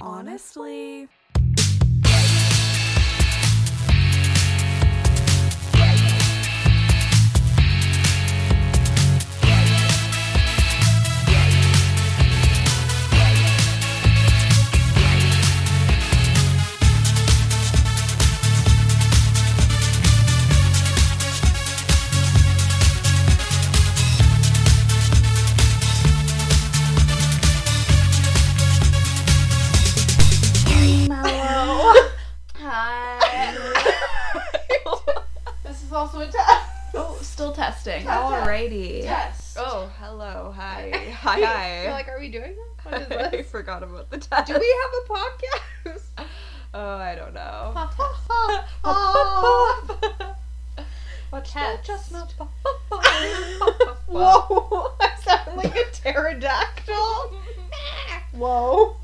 honestly. This is also a test. Oh, still testing. Test, test. Alrighty. Test. Oh, hello. Hi. Hi. hi. You're like, are we doing that? What is I this? forgot about the test. Do we have a podcast? Oh, I don't know. Pop, What's that just Just now? Whoa. Whoa! I sound like a pterodactyl. Whoa!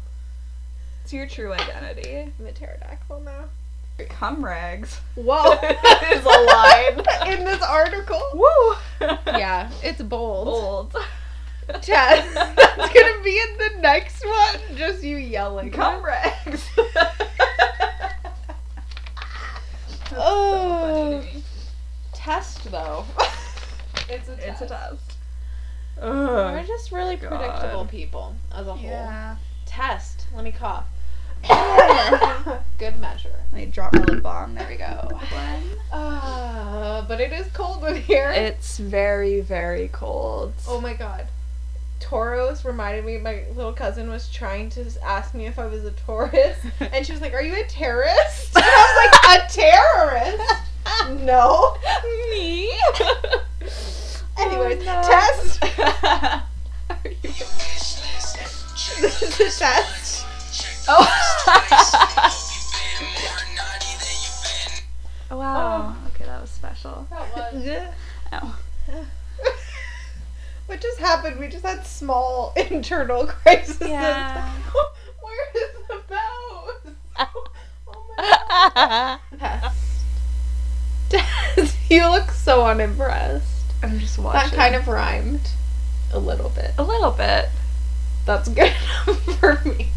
It's your true identity. I'm a pterodactyl now. Cum rags. Whoa! is a line. In this article. Woo. Yeah, it's bold. Old. Chess. That's gonna be in the next one. Just you yelling. Cum rags. Oh. Funny. test though. it's a It's a test. We're just really God. predictable people as a whole. Yeah. Test. Let me cough. Good measure. Let me drop my lip balm. There we go. Uh, but it is cold in here. It's very, very cold. oh my god. Taurus reminded me my little cousin was trying to s- ask me if I was a Taurus, and she was like, "Are you a terrorist?" And I was like, "A terrorist? no." me? Oh, Anyways, test. This is the test. oh. wow. Okay, that was special. Ow. What just happened? We just had small internal crises. Yeah. Where is the mouse? Oh my god. Test. Test. You look so unimpressed. I'm just That watching. kind of rhymed. A little bit. a little bit. That's good enough for me.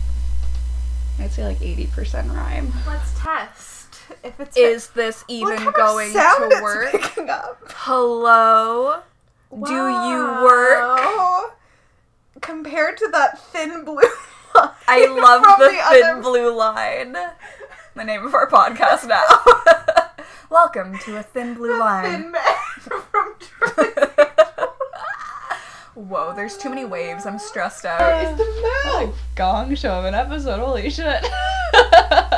I'd say like 80% rhyme. Let's test. If it's Is this even going to work? Hello? Do you work? Compared to that thin blue line I love from the, thin other- blue line. The name of our podcast now. Welcome to a thin blue line. Thin man from Jersey. Whoa, there's too many waves. I'm stressed It's out. the mouth. Gong show of an episode. Holy shit.